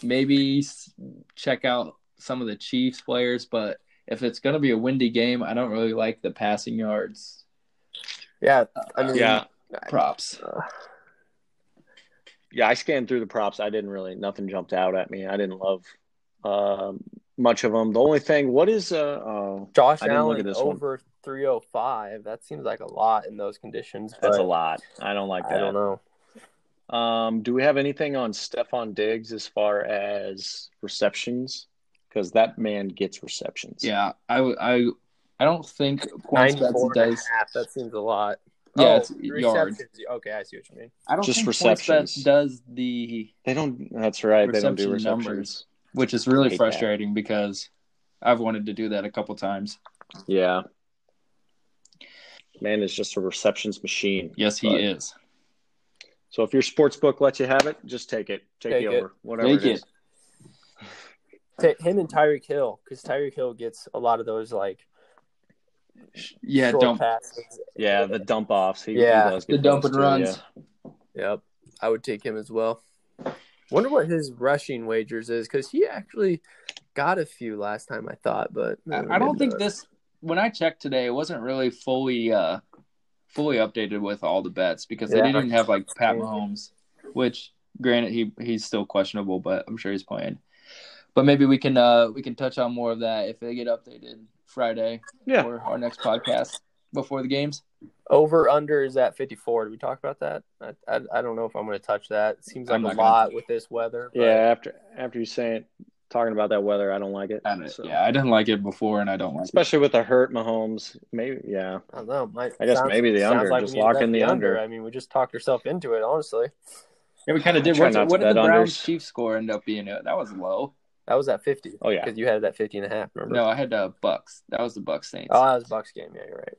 [SPEAKER 4] Maybe s- check out some of the Chiefs players, but if it's going to be a windy game, I don't really like the passing yards uh,
[SPEAKER 2] yeah. I mean,
[SPEAKER 3] Yeah,
[SPEAKER 4] props.
[SPEAKER 3] yeah. I scanned through the props. I didn't really nothing jumped out at me. I didn't love um much of them. The only thing, what is uh, uh
[SPEAKER 2] Josh
[SPEAKER 3] I didn't look
[SPEAKER 2] Allen
[SPEAKER 3] at this one.
[SPEAKER 2] over 305. That seems like a lot in those conditions.
[SPEAKER 3] that's
[SPEAKER 2] but
[SPEAKER 3] a lot. I don't like
[SPEAKER 2] I don't
[SPEAKER 3] that.
[SPEAKER 2] know.
[SPEAKER 3] Um, do we have anything on Stefan Diggs as far as receptions? Because that man gets receptions.
[SPEAKER 4] Yeah, I w- I I don't think points bets
[SPEAKER 2] 94 and a
[SPEAKER 4] does.
[SPEAKER 2] half. That seems a lot.
[SPEAKER 4] Yeah,
[SPEAKER 2] Oh,
[SPEAKER 4] it's yards.
[SPEAKER 2] receptions. Okay, I see what you mean.
[SPEAKER 4] I don't
[SPEAKER 3] Just
[SPEAKER 4] think
[SPEAKER 3] receptions.
[SPEAKER 4] PointsBet does the
[SPEAKER 3] They don't. That's right. They don't do
[SPEAKER 4] Reception
[SPEAKER 3] receptions.
[SPEAKER 4] numbers. which is really
[SPEAKER 3] Hate that.
[SPEAKER 4] frustrating because I've wanted to do that a couple times.
[SPEAKER 3] Yeah. Man is just a receptions machine.
[SPEAKER 4] Yes, he
[SPEAKER 3] But-
[SPEAKER 4] is.
[SPEAKER 3] So if your sports book lets you have it, just take it. Take,
[SPEAKER 2] Take
[SPEAKER 3] the
[SPEAKER 2] it.
[SPEAKER 3] over. Whatever
[SPEAKER 4] Take
[SPEAKER 3] it is.
[SPEAKER 4] it.
[SPEAKER 2] Ta- him and Tyreek Hill, because Tyreek Hill gets a lot of those like
[SPEAKER 4] Yeah,
[SPEAKER 2] short
[SPEAKER 4] dump
[SPEAKER 2] passes.
[SPEAKER 3] Yeah, the dump offs. He, he
[SPEAKER 2] Yeah,
[SPEAKER 3] does
[SPEAKER 4] the
[SPEAKER 3] get
[SPEAKER 4] dump
[SPEAKER 3] those
[SPEAKER 4] and
[SPEAKER 3] too,
[SPEAKER 4] runs.
[SPEAKER 3] yeah.
[SPEAKER 2] Yep, I would take him as well. Wonder what his rushing wagers is because he actually got a few last time I thought, but
[SPEAKER 4] I I don't think this. When I checked today, it wasn't really fully uh fully updated with all the bets because they
[SPEAKER 2] Yeah.
[SPEAKER 4] didn't even have like Pat Mahomes, which granted he he's still questionable, but I'm sure he's playing. But maybe we can uh we can touch on more of that if they get updated Friday
[SPEAKER 3] Yeah.
[SPEAKER 4] or our next podcast before the games.
[SPEAKER 2] over under is at fifty four. Did we talk about that? I I, I don't know if I'm going to touch that. It seems like
[SPEAKER 4] I'm
[SPEAKER 2] a
[SPEAKER 4] not gonna
[SPEAKER 2] lot with this weather. but-
[SPEAKER 3] Yeah, after after you saying talking about that weather, I don't like it.
[SPEAKER 4] And it-
[SPEAKER 3] So-
[SPEAKER 4] Yeah, I didn't like it before, and I don't like it.
[SPEAKER 3] Especially with the hurt Mahomes. Maybe yeah.
[SPEAKER 2] I don't know. Might,
[SPEAKER 3] I guess maybe the
[SPEAKER 2] sounds
[SPEAKER 3] under,
[SPEAKER 2] we
[SPEAKER 3] just
[SPEAKER 2] need to
[SPEAKER 3] lock
[SPEAKER 2] bet
[SPEAKER 3] in the under.
[SPEAKER 2] I mean, we just talked ourselves into it. Honestly,
[SPEAKER 4] Yeah, we kind of did.
[SPEAKER 3] Try
[SPEAKER 4] What,
[SPEAKER 3] not to
[SPEAKER 4] what did the
[SPEAKER 3] bet unders.
[SPEAKER 4] Browns Chiefs score end up being? Uh, That was low.
[SPEAKER 2] that was at fifty.
[SPEAKER 3] Oh yeah.
[SPEAKER 2] because you had that 50 and a half. Remember?
[SPEAKER 4] No, I had uh, Bucks. That was the Bucks Saints.
[SPEAKER 2] Oh, that was Bucks game. Yeah, you're right.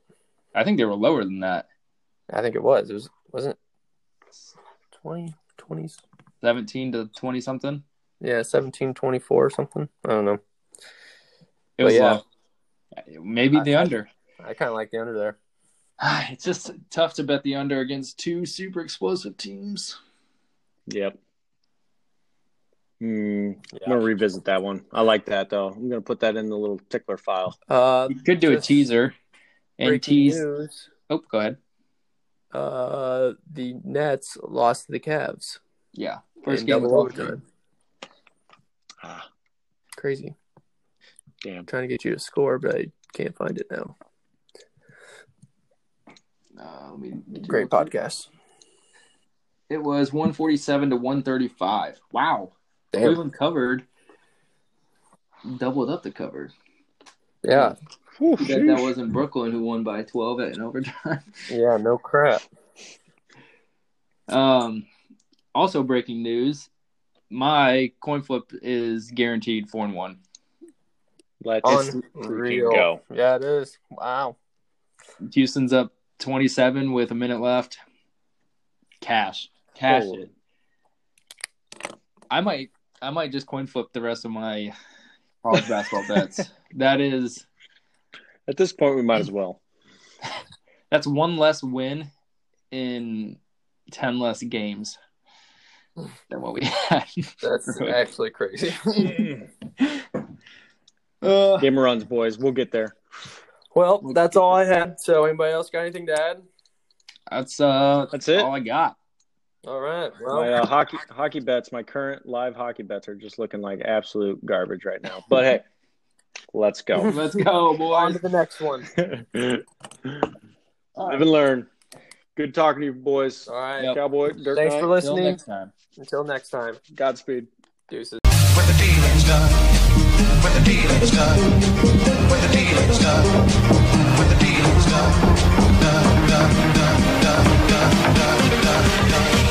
[SPEAKER 4] I think they were lower than that.
[SPEAKER 2] I think it was. It was wasn't it 20 20s.
[SPEAKER 4] 17 to 20 something.
[SPEAKER 2] Yeah, 17 24 or something. I don't know.
[SPEAKER 4] It
[SPEAKER 2] But
[SPEAKER 4] was
[SPEAKER 2] yeah.
[SPEAKER 4] low. Maybe
[SPEAKER 2] I-
[SPEAKER 4] the
[SPEAKER 2] I-
[SPEAKER 4] under. *sighs*
[SPEAKER 2] I kind of like the under there.
[SPEAKER 4] It's just tough to bet the under against two super explosive teams.
[SPEAKER 3] Yep. Hmm.
[SPEAKER 2] Yeah.
[SPEAKER 3] I'm gonna revisit that one. I like that though. I'm gonna put that in the little tickler file.
[SPEAKER 2] Uh,
[SPEAKER 4] You could do a
[SPEAKER 2] just
[SPEAKER 4] teaser and
[SPEAKER 2] breaking
[SPEAKER 4] tease.
[SPEAKER 2] news,
[SPEAKER 4] Oh, go ahead.
[SPEAKER 2] uh, the Nets lost to the Cavs.
[SPEAKER 4] Yeah. First
[SPEAKER 2] in
[SPEAKER 4] game
[SPEAKER 2] double
[SPEAKER 4] of overtime.
[SPEAKER 2] overtime.
[SPEAKER 4] Ah,
[SPEAKER 2] Crazy.
[SPEAKER 3] Damn.
[SPEAKER 2] trying to get you to score, but I can't find it now.
[SPEAKER 4] Uh, let me do
[SPEAKER 2] Great
[SPEAKER 4] it.
[SPEAKER 2] podcast.
[SPEAKER 4] It was 147 to 135. Wow.
[SPEAKER 2] Damn.
[SPEAKER 4] Cleveland covered. Doubled up the cover.
[SPEAKER 2] Yeah.
[SPEAKER 3] Whew,
[SPEAKER 4] Too bad that
[SPEAKER 3] sheesh.
[SPEAKER 4] wasn't Brooklyn who won by 12 at an overtime. *laughs*
[SPEAKER 2] Yeah. No crap.
[SPEAKER 4] Um, also breaking news: my coin flip is guaranteed four and one.
[SPEAKER 3] Let's freaking
[SPEAKER 2] Unreal.
[SPEAKER 3] go.
[SPEAKER 2] Yeah, it is. Wow.
[SPEAKER 4] Houston's up twenty-seven with a minute left. Cash, cash
[SPEAKER 3] Holy.
[SPEAKER 4] it. I might, I might just coin flip the rest of my college
[SPEAKER 3] *laughs*
[SPEAKER 4] basketball bets. That is,
[SPEAKER 3] At this point, we might as well.
[SPEAKER 4] that's one less win in ten less games than what we had. *laughs*
[SPEAKER 2] That's actually crazy.
[SPEAKER 4] Uh,
[SPEAKER 3] Game of runs, boys. We'll get there.
[SPEAKER 2] Well, that's all I had. So, anybody else got anything to add?
[SPEAKER 4] that's uh,
[SPEAKER 3] That's it.
[SPEAKER 4] all I got.
[SPEAKER 2] All right.
[SPEAKER 3] My
[SPEAKER 2] Well,
[SPEAKER 3] uh, hockey hockey bets, my current live hockey bets are just looking like absolute garbage right now. But hey,
[SPEAKER 2] *laughs*
[SPEAKER 3] let's go.
[SPEAKER 4] Let's go,
[SPEAKER 2] on
[SPEAKER 4] boys.
[SPEAKER 2] to the next one.
[SPEAKER 3] Live and learn. Good talking to you, boys.
[SPEAKER 2] All right.
[SPEAKER 4] Yep.
[SPEAKER 3] Cowboy, Dirk
[SPEAKER 2] Thanks for
[SPEAKER 3] Knight,
[SPEAKER 4] Till
[SPEAKER 2] listening.
[SPEAKER 4] next time.
[SPEAKER 2] Until next time.
[SPEAKER 3] Godspeed.
[SPEAKER 2] Deuces.
[SPEAKER 1] When the dealing's done, when the dealing's done, when the dealing's done, when the dealing's done, done, done, done, done, done, done, done, done.